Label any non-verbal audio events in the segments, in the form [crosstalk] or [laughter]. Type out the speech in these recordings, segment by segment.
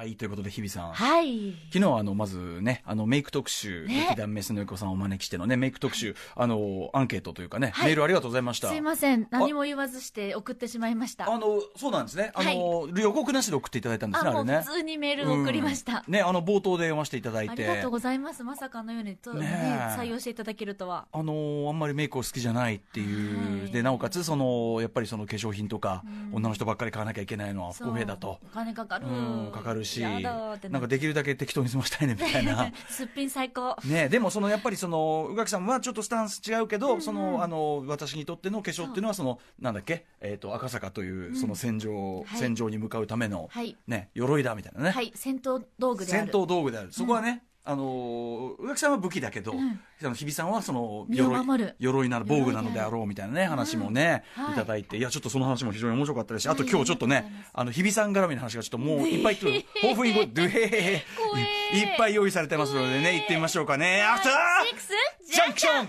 はい、ということで、日比さん。はい。昨日はあの、まずね、あの、メイク特集、ね劇団メスのゆこさんをお招きしてのね、メイク特集、あの、アンケートというかね、はいメールありがとうございました。すいません。何も言わずして送ってしまいました。あの、そうなんですね。あの、予告なしで送っていただいたんですね、あもれうね普。通にメールを送りました。うんね、あの、冒頭で読ませていただいあて。りがとうございます。まさかのようにと、ねえね、採用していただけるとは。あのーあんまりメイクを好きじゃないっていう、はいでなおかつそのやっぱりその化粧品とか、うん女の人ばっかり買わなきゃいけないのは不そう公平だとお金かかる。うんかかるしやだーってなんかできるだけ適当に済ましたいねみたいなすっぴん [laughs] 最高。ねでもそのやっぱりその宇垣さんはちょっとスタンス違うけど、うんそのあの私にとっての化粧っていうのはそのなんだっけ、えー、と赤坂というその戦場、はい戦場に向かうための、はい。ね、鎧だみたいなね、はい。戦闘道具であ戦る。闘道具であるそこはね、あのー宇垣さんは武器だけど、うんあの日比さんはその身を守る鎧なら防具なのであろうみたいなね話もね、はいい、ただいていやちょっとその話も非常に面白かったですしあとはい今日ちょっとありがとうねございますあの日比さん絡みの話がちょっともういっぱい [laughs] と豊富にごドゥヘヘヘ怖えーいっぱい用意されてますので怖えねー行ってみましょうかねアフタシックースジャンクション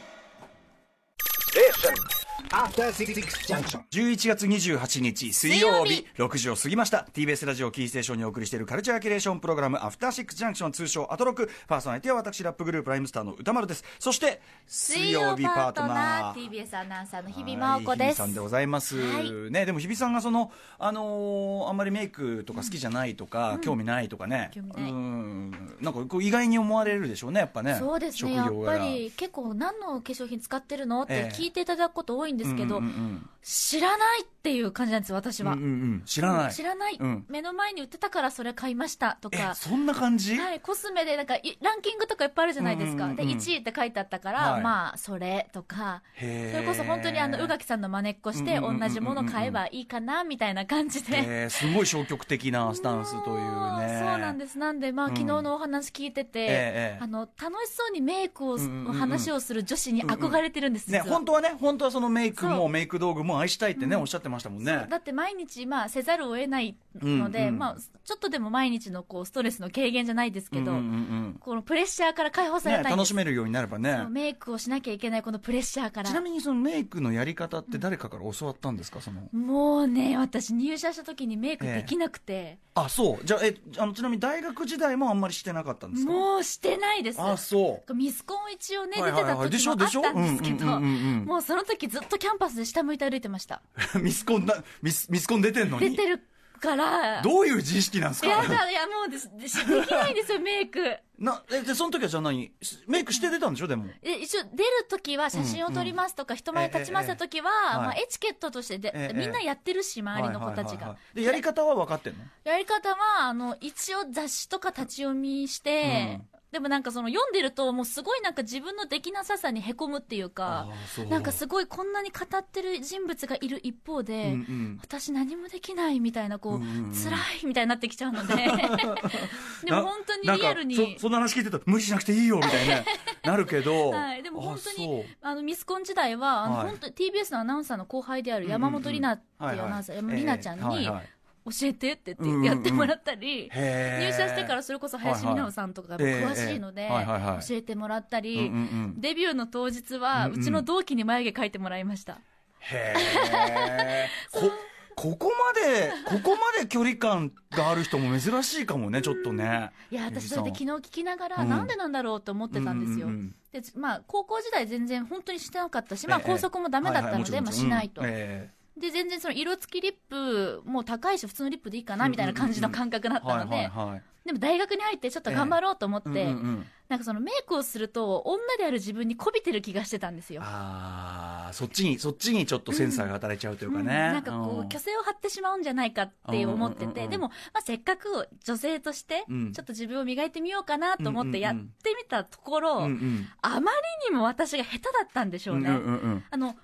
After Six Six Junction. 11月28日水曜日水6時を過ぎました TBS ラジオキーステーションにお送りしているカルチャーキュレーションプログラム「アフターシックスジャンクション」通称アトロクパーソナリティは私ラップグループライムスターの歌丸ですそして水水曜曜日日パパーートトナナー。ー TBS アナウンサーの日々真央子はい日で比す。さんでございます、はいねでも日比さんがそのあのーあんまりメイクとか好きじゃないとか、興味ないとかね興味ないうーんなんかこう意外に思われるでしょうねやっぱねそうですね、や職っ業ぱ柄り結構、何の化粧品使ってるのっええて聞いていただくこと多いんですけど、うんうんうん知らないっていう感じなんです、私うんうは。んうん知らない知らない、うん目の前に売ってたからそれ買いましたとえか、そんな感じ、はい、コスメでなんかいランキングとかいっぱいあるじゃないですか、うんうんうでん1位って書いてあったから、はいまあ、それとか、そへーれこそ本当にあの宇垣さんの真似っこして、うんうんうんうんうん同じもの買えばいいかなみたいな感じで。えーすごい消極的なスタンスというね。もう [laughs] そうなんです。なんで、まあ、うん昨日のお話聞いてて、ええあの、楽しそうにメイクをす、うんうんうん話をする女子に憧れてるんです、ね、実は本当はね、本当はそのメイクそもうメイク道具も愛したいってね、おっしゃってましたもんね。だって毎日、まあ、せざるを得ないので、うんうんまあ、ちょっとでも毎日のこうストレスの軽減じゃないですけど、うんうんうんこのプレッシャーから解放うんさね、れたいん楽です、しめるようになればねそう。メイクをしなきゃいけないこのプレッシャーからちなみにそのメイクのやり方って誰かから教わったんですか、その。もうね私入社した時にメイクできなくて、あ、そう。じゃあ、え、あの、ちなみに大学時代もあんまりしてなかったんですかもうしてないですあ、そう。ミスコン一応ね、はいはいはい出てた時もあったんですけでしょでしょど、うんうんうんうんもうその時ずっとキャンパスで下向いて歩いてました。 [laughs] ミスコンだ、ミス、ミスコン出てんの出 [laughs] に。てるから、どういう自意識なんですかやだ、いやもうですでしできないんですよ、メイク。な、え、で、その時はじゃあ何メイクして出たんでしょ、でも。で一応出る時は写真を撮りますとか、人前に立ちます時は、ええまはあ、いエチケットとしてで、ええみんなやってるし、周りの子たはちいはいはいはが。いで、やり方は分かってんのやり方は、あの、一応雑誌とか立ち読みして、でもなんかその読んでると、もうすごいなんか自分のできなささにへこむっていうか、ーそうなんかすごいこんなに語ってる人物がいる一方で、うんうん私何もできないみたいな、こう、うんうんうん辛いみたいになってきちゃう [laughs] ので。でも本当にリアルなんかにそ。そんな話聞いてたら無理しなくていいよみたいな [laughs] なるけど、はいでも本当にああのミスコン時代は、あのはい本当に TBS のアナウンサーの後輩である山本里奈っていうアナウンサー、はいはい山本里奈ちゃんに、ええはいはい教えてって言ってやってもらったり、うんうんうんへー入社してからそれこそ林美奈さんとかが詳しいのえでえはいはいはい、教えてもらったうんうり、んうんデビューの当日は、うんうんうちの同期に眉毛描いてもらいました。へえ [laughs] こここまでここまで距離感がある人も珍しいかもねちょっとねいや、私それでゆり昨さ日聞きながら、うんなんでなんだろうと思ってたんですよ。うんうんうんでまあ、高校時代全然本当にしてなかったし、まあ、ええ校則もダメだったはいので、はいまもあ、ちしろんないと。うんえで、全然その色付きリップ、もう高いし、普通のリップでいいかな、みたいな感じの感覚だっえはいたのはいで、はいでも大学に入ってちょっと頑張ろうと思って、うんうんうんなんかそのメイクをすると、女である自分に媚びてる気がしてたんですよ。あーそっちにそっちにちょっとセンサーが働いちゃうというかね、うんなんかこうんう、虚勢を張ってしまうんじゃないかって思ってうんうんうんうて、んでも、まあ、せっかく女性としてう、んちょっと自分を磨いてみようかなと思ってやうっんてうんうんみたところ、うんうんあまりにも私が下手だったんでしょうね。うんうんうんあの、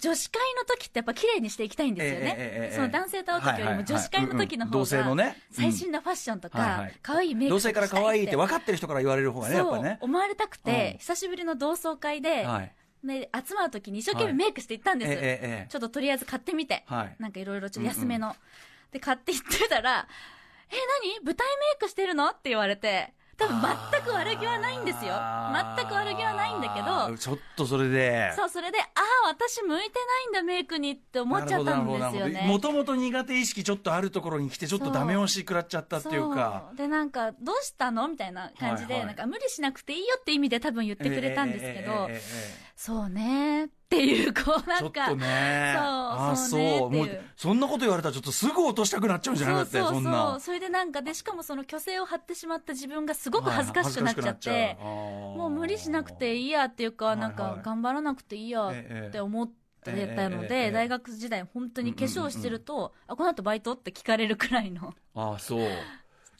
女子会の時ってやっぱ綺麗にしていきたいんですよね。ええええええその男性と会う時よりも女子会の時の方同性のが、ね最新のファッションとうんはいかはい、可愛いメイク同と性かからしたい可愛いって分かってる人から言われる方がねやっぱそうね、思われたくうんて、久しぶりの同窓会で、はいね集まる時に一生懸命メイクしていったんえでえす。ええちょっととりあえず買ってみて。はいなんかいろいろちょっと安めの。で、買って行ってたら、え、何舞台メイクしてるのって言われて、多分全く悪気はないんですよ。全く悪気はないんだけど、ちょっとそれでそう、それで、ああ、私向いてないんだ、メイクにって思っちゃったんですよね。もともと苦手意識ちょっとあるところに来てちょっとダメ押し食らっちゃったっていうかそうでなんかどうしたのみたいな感じで、はいはいなんか無理しなくていいよって意味で多分言ってくれたんですけど、えええええええそうねっていうこうえなんちょっかとねそうあそうねそうもっていううそんなこと言われたらちょっとすぐ落としたくなっちゃうんじゃないそだうってそそうんそうなそれでなんかでしかもその虚勢を張ってしまった自分がすごく恥ずかしくなっちゃって、ももう無理しなくていいやっていうか、はいはいなんか頑張らなくていいやって思って。たのえええええでえ大学時代本当に化粧してると「あこの後バイト?」って聞かれるくらいのああそう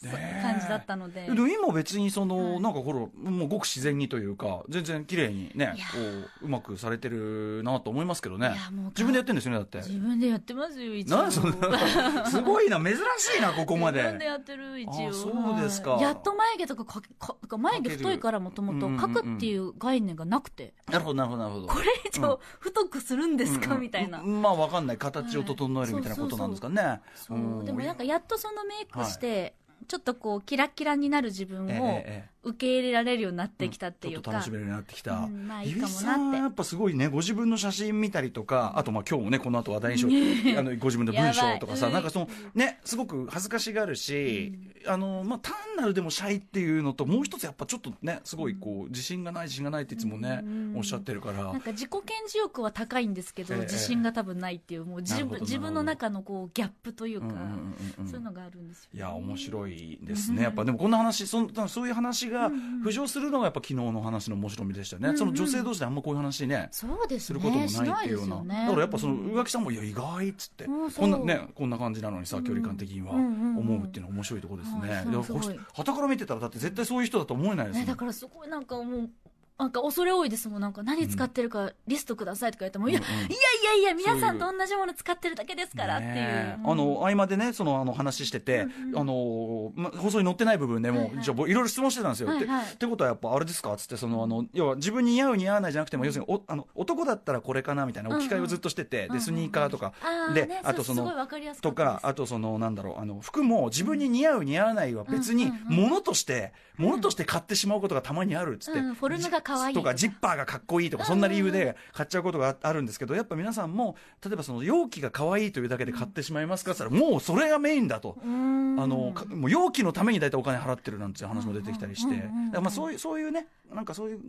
そうねえ [laughs] 感じだったのででも今別にその、はいなんかほらもうごく自然にというか全然綺麗にねいやこううまくされてるなと思いますけどねいやもう自分でやってるんですよねだって自分でやってますよ一応なんでそん [laughs] なすごいな珍しいなここま自分ででやってる一あ応そうですかはいやっと眉毛とかかけかか眉毛太いからもともとかける描くっていう概念がなくて、なるほどなるほどなるほどこれ以上太くするんですか、うんうんみたいな、うんまあわかんない形を整えるみたいなことなんですかね、そううんでもなんかやっとそのメイクして、ちょっとこうキラキラになる自分ええをええ受け入れられるようになってきたっていうちょっとか、楽しめるようになってきた、うんまあいいかもなってゆいさんはやっぱすごいねご自分の写真見たりとかあとまあ今日もねこの後話題にしよ [laughs] うあのご自分の文章とかさやばいなんかそのねすごく恥ずかしがるし、あのまあ単なるでもシャイっていうのともう一つやっぱちょっとねすごいこう自信がない自信がないっていつもね、うんおっしゃってるからなんか自己顕示欲は高いんですけど、ええ自信が多分ないっていうもうな自るほどなる分ほど自分の中のこうギャップというか、うんうんうんうんそういうのがあるんですよ、いや面白いですね、やっぱでもこんな話そんそういう話が浮上するのがやっぱ昨日の話の面白みでしたよね、うんうんその女性同士であんまこういう話ね、そうですすねることもないっていうようしなですよねだからやっぱその浮気さんも「いや意外」っつって、うんそこうんなねこんな感じなのにさ距離感的にはうんうんうんうん思うっていうのは面白いところですね、はいはそうそうたから見てたらだって絶対そういう人だと思えないですもね、んだからすごいなんかもう、なんか恐れ多いですもん、なんか何使ってるかリストくださいとか言っても、いや、うんうんいやいやいや、皆さんそうと同じもの使ってるだけですからっていう。ねえうんあの合間でねそのあの話してて、うんうんあのま放送に載ってない部分でも、はいはいじゃあ僕いろいろ質問してたんですよ、はいはいってってことはやっぱあれですかっつってそのあの要は自分に似合う似合わないじゃなくても、要するにおあの男だったらこれかなみたいな置き換えをずっとしてて、うんうんでスニーカーとか、あーでねあとそのすごいわかりやすかとったでかすあとそのなんだろうあの服も自分に似合う似合わないは別うにんうんうん物として物として買ってしまうことがたまにあるっつって、うんフォルムが可愛いととかかジッパーがかっこいいとかうんそんな理由で買っちゃうことがああるんですけどやっぱ皆さんも例えばその容器が可愛いというだけで買ってしまいますかって言ったらもうそれがメインだと。うーんあのかもう容器のために大体お金払ってるなんていう話も出てきたりして、うんうんうんうんだからまあそういうそういうねなんかそういう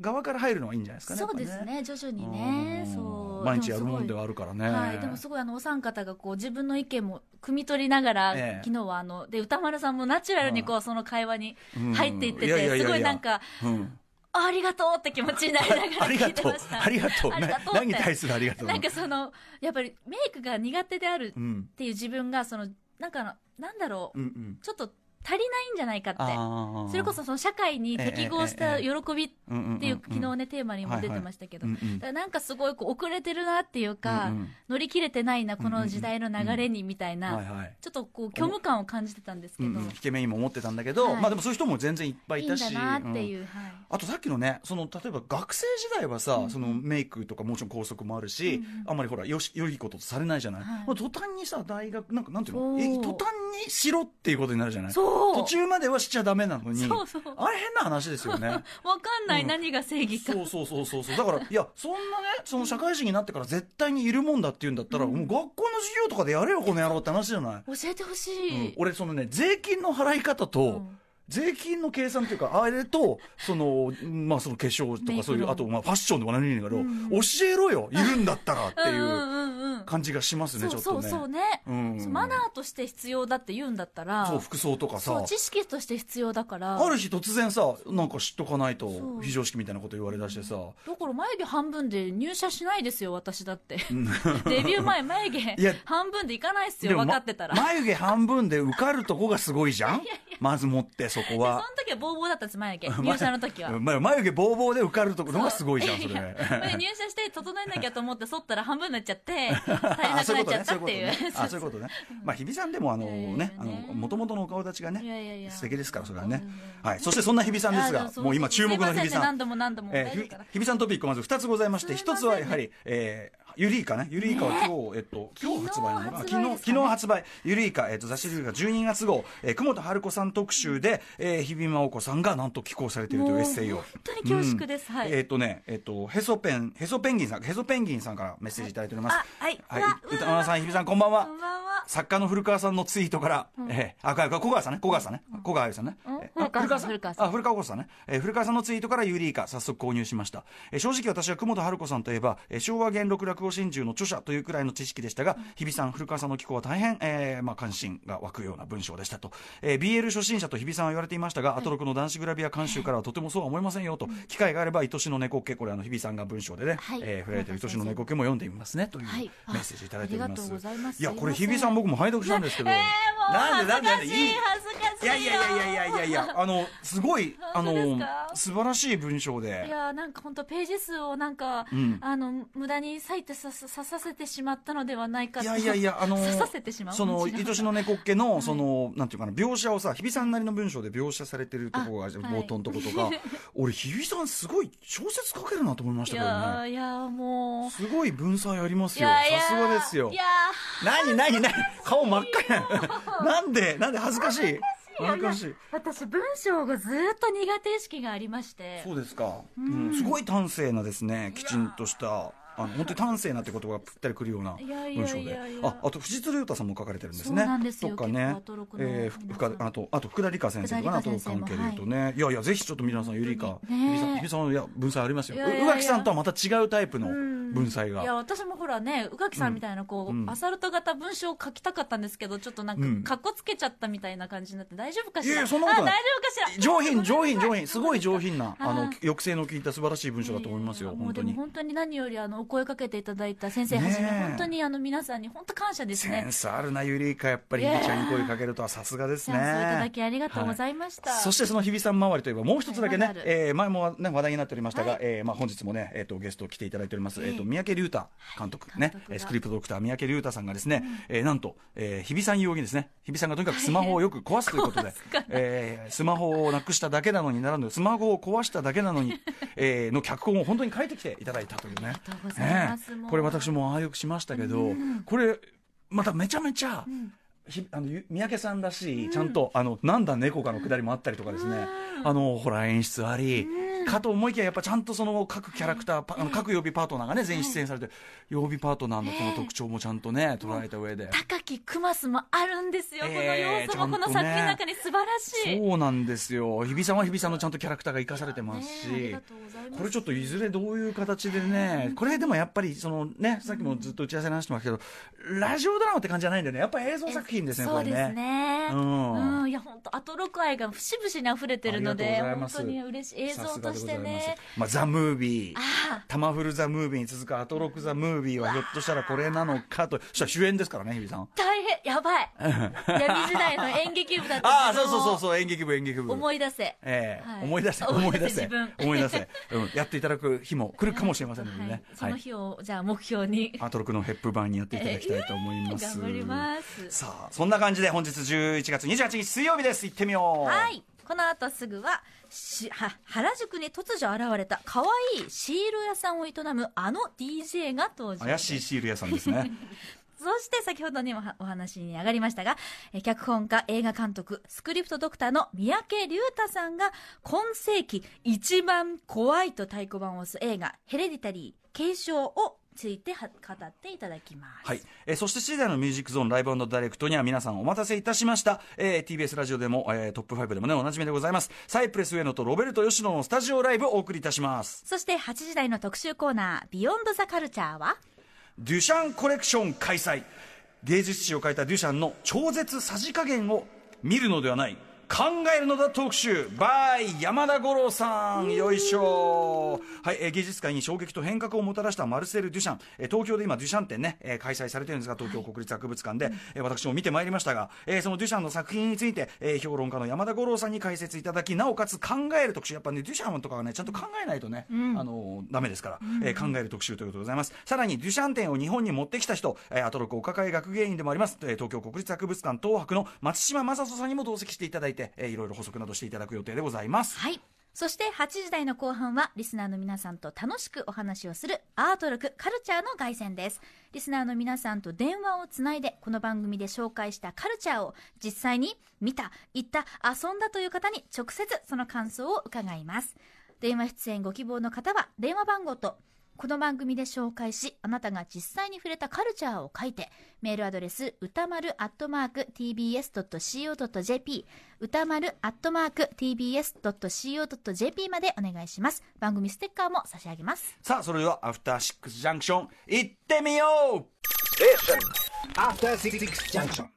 側から入るのはいいんじゃないですかねそうですね徐々やっにぱねうんそう毎日やるもんででもはあるからすねごいはい、でもすごいあのお三方がこう自分の意見も汲み取りながら、ええ昨日はあので歌丸さんもナチュラルにこうその会話に入っていってて、うんいやいやいやいやすごいなんかうんあありがとうって気持ちにな [laughs] りながあらり聞がいてとうました。ありがとう [laughs] ありがとうって何に対するありがとうなんかその、やっぱりメイクが苦手であるっうんていう自分が、その、なんかの、なんだろうう、んうんちょっと足りないんじゃないかって。あーそれこそその社会に適合したええ喜びっうんうんうんていう、昨日ね、テーマにも出てましたけど。だからなんかすごいこう遅れてるなっていうか、うんうん乗り切れてないな、この時代の流れにみたいな、はいはいちょっとこう虚無感を感じてたんですけうど、んうんイケメンにも思ってたんだけどはいまあでもそういう人も全然いっぱいいいいんたしだなっていうう、んはい。あとさっきのねその例えば学生時代はさそのメイクとかもちろん校則もあるしうんうんあんまりほらよし良いこととされないじゃないはいまあ途端にさ大学なんかなんていうそのうえ途端にしろっていうことになるじゃないそう途中まではしちゃダメなのにそうそうあれ変な話ですよ [laughs] ねわかんない、何が正義か。そうそうそうそうそうだからいやそんなねその社会人になってから絶対にいるもんだって言うんだったら、もう学校の授業とかでやれよこの野郎って話じゃない、教えてほしうんい。俺そのね税金の払い方と、うん税金の計算というか、あれと、その、まあ、その化粧とメイか、クそういう、のあと、まあ、ファッションとか何々だけど、うん教えろよいるんだったらってうんいううんうんうん。感じがしますね、ちそょうっとね。そうそうね、うんそうマナーとして必要だって言うんだったらそう服装とかそさう、知識として必要だからある日突然さ、なんか知っとかないとそ、う非常識みたいなこと言われだしてさ、だから眉毛半分で入社しないですよ私だって [laughs] デビュー前眉毛いや半分でいかないっすでよも分まかってたら、眉毛半分で受かるとこがすごいじゃんまずもってそこそのは。。時はボーボーだったんです眉毛入社の時はま眉毛ボーボーで受かるところがすごいじゃん、それ。それで入社して整えなきゃと思って剃ったら半分になっちゃ [laughs] って足りなくなっちゃったっていう [laughs] あそういうことね。あそういうことね。まあ、日比さんでも、あのいやいやいやね、あの、もともとのお顔立ちがいやね、いやいや素敵ですから、それはね。はい。そしてそんな日比さんですあがで、そうもう今注目の日比すいませんねさん何。度も何度も、えー大日丈夫比かな日比さんトピックまず2つございましてすいま1せつんはやはり、えーユリイカね、ユリイカは今日、えっと、今日発売なのかな昨昨日、日発売ですかね昨日発売、ユリイカ、えっと、雑誌ユリイカ12月号、えー、久本春子さん特集で、えー、日比真央子さんがなんと寄稿されているというエッセイを。本当に恐縮です。はい。えっ、とね、えっ、と、ヘソペン、ヘソペンギンさん、ヘソペンギンさんからメッセージいただいております。あはいはうわうわい。歌丸さん、日比さん、こんばんはこ。んばんは。作家の古川さんのツイートから、えーあ、か、か、小川さんね、小川さんね、小川あゆみさんね。えーあ古川さん古川さんあ、古川小川さんね。えー古川さんのツイートからユーリイカ、早速購入しました。えー正直私は久本春子さんといえば、えー昭和元禄落語真珠の著者というくらいの知識でしたが、日比さん、古川さんの寄稿は大変、えーまあ、関心が湧くような文章でしたと。えー BL 初心者と日比さんは言われていましたが、アトロクの男子グラビア監修からはとてもそうは思いませんよと、機会があれば、愛しの猫っけ、これあの、日比さんが文章でね、はいえー触れられてる愛しの猫っけも読んでみますね、というはいあメッセージいただいております。ありがとうございますや、これすい日ません比さん僕も拝読したんですけど。えー、もうなんでなんでなんで恥ずかいしいい恥ずかしいいやいやいやいやいやいやいや、あの、すご [laughs] い、あ本当ですのか、素晴らしい文章いで。やーなんか本当ページ数をなんか、うんあの無駄に割いてささささせてしまったのではないかいやいやいや、あの刺させてしま、うその、違う愛しの猫っけの、その、なんていうかな、描写をさ、日比さんなりの文章で描写されてるとこが、あ冒頭のとこと [laughs] か、俺、日比さんすごい小説書けるなと思いましいたけどやね。ーいやーもうすごい文才ありますいよ。やいやさすがですよい。や何何何顔真っ赤やん。なんでなんで恥ずかしいー恥ずかしい。私文章がずーっと苦手意識がありましてそうですか、うんすごい端正なですねきちんとしたあの本当に端正なって言葉がぴったりくるようないやいや文章いでやいやああと藤津亮太さんも書かれてるんですねそうなんですよとか結ね構アトロクのえーふ皆さん深田あとあと福田理香先生とかな福と田理香先関生も係でいうとね、い、やいやぜひちょっと皆さんゆりか本当ゆにねりさんゆりさんのいや文才ありますよいやいやいうや宇垣さんとはまた違うタイプのうん文才が、いや私もほらね宇垣さんみたいなこう、うんアサルト型文章を書きたかったんですけどちょっとなうんんかかっこつけちゃったみたいな感じになって大丈夫かしいらやいやそんなことないあ大丈夫かしら上品上品上品すごい上品なあのあー抑制の効いた素晴らしい文章だと思いますよ、やや本当にもうでも本当に何よりあのお声かけていただいた先生はじねめ、え本当にあの皆さんに本当感謝ですセねン。スあるなゆりかやっぱりいひやびちゃんに声かけるとはさすがですチねャンスをいただきありがとうございました。そしてその日比さん周りといえばもう一つだけね、はいまだあるえー前も、ね、話題になっておりましたが、はいえーまあ、本日もね、えー、とゲスト来ていただいております、えええー、と三宅龍太監督ね、監督えがースクリプトドクター三宅龍太さんがですね、えーなんと、えー日比さん容疑ですね日比さんがとにかくスマホをよく壊すということで、えースマホをなくしただけなのにならぬスマホを壊しただけなのに、えーの脚本を本当に書いてきていただいたというねりがとうございますねもうこれ私もああよくしましたけど、これまためちゃめちゃ、ひあのゆ三宅さんらしい、ちゃんとあのなんだ猫かのくだりもあったりとかですね、あのほら演出あり、かと思いきややっぱちゃんとその各キャラクター、パあの各曜日パートナーがね全員出演されて、曜日パートナーのこの特徴もちゃんとね捉えた上で。高木クマスもあるんですよ、えーこの要素も、ちゃんとねこの作品の中に素晴らしい。そうなんですよ日比さんは日比さんのちゃんとキャラクターが生かされてますし、ねえありがとうございますこれちょっといずれどういう形でね、これでもやっぱりそのねさっきもずっと打ち合わせの話してましたけど、ラジオドラマって感じじゃないんだよねやっぱ映像作品ですねそこうれですね。うんうんいや本当アトロク愛が節々に溢れてるので、ありがとうござ本当いますに嬉しい映さ像すがでとごしざていますね。まあ、ザ・ムービー。あタマフル・ザ・ムービーに続くアトロク・ザ・ムービーはひょっとしたらこれなのかと、そしたら主演ですからね、日比さん。大変やば [laughs] い。闇時代の演劇部だったああ、けそどうそうそうそう、演劇部、演劇部。思い出せ。ええはい思い出せ、思 [laughs] 思いい出出せせ自分、思い出せ、うん、やっていただく日も来るかもしれませんのではいね、その日を、じゃあ目標に。アトロクのヘップ版にやっていただきたいと思います。頑張ります。さあ、そんな感じで本日11月28日水曜日です。行ってみよう。はい。この後すぐは、しは原宿に突如現れた可愛いシール屋さんを営むあの DJ が登場。怪しいシール屋さんです [laughs] ね。そして先ほどにもはお話に上がりましたが、えー脚本家、映画監督、スクリプトドクターの三宅龍太さんが、今世紀一番怖いと太鼓判を押す映画、ヘレディタリー、継承をついては語っていただきます。はい。えーそして7時台のミュージックゾーンライブダイレクトには皆さんお待たせいたしました。えー TBS ラジオでも、えートップ5でもね、おなじみでございます。サイプレス上野とロベルト吉野のスタジオライブをお送りいたします。そして8時台の特集コーナー、ビヨンドザカルチャーは、デュシャンコレクション開催。芸術史を変えたデュシャンの超絶さじ加減を見るのではない。考えるのだ特集 by 山田五郎さんよいしょはい、えー芸術界に衝撃と変革をもたらしたマルセル・デュシャン、えー東京で今デュシャン展ね、えー開催されてるんですが東京国立博物館で、えー私も見てまいりましたが、えーそのデュシャンの作品について、えー評論家の山田五郎さんに解説いただきなおかつ考える特集やっぱねデュシャンとかはねちゃんと考えないとね、あのーダメですから、えー考える特集ということでございますさらにデュシャン展を日本に持ってきた人、えーアトロクお抱え学芸員でもあります、えー東京国立博物館東博の松島正人さんにも同席していただいて、えーいろいろ補足などしていただく予定でございますはい。そして8時台の後半はリスナーの皆さんと楽しくお話をするアート力カルチャーの凱旋です。リスナーの皆さんと電話をつないでこの番組で紹介したカルチャーを実際に見た、行った、遊んだという方に直接その感想を伺います。電話出演ご希望の方は電話番号とこの番組で紹介し、あなたが実際に触れたカルチャーを書いて、メールアドレス、歌丸アットマーク tbs.co.jp、歌丸アットマーク tbs.co.jp までお願いします。番組ステッカーも差し上げます。さあ、それではアフターシックスジャンクション、行ってみよう After Six Junction.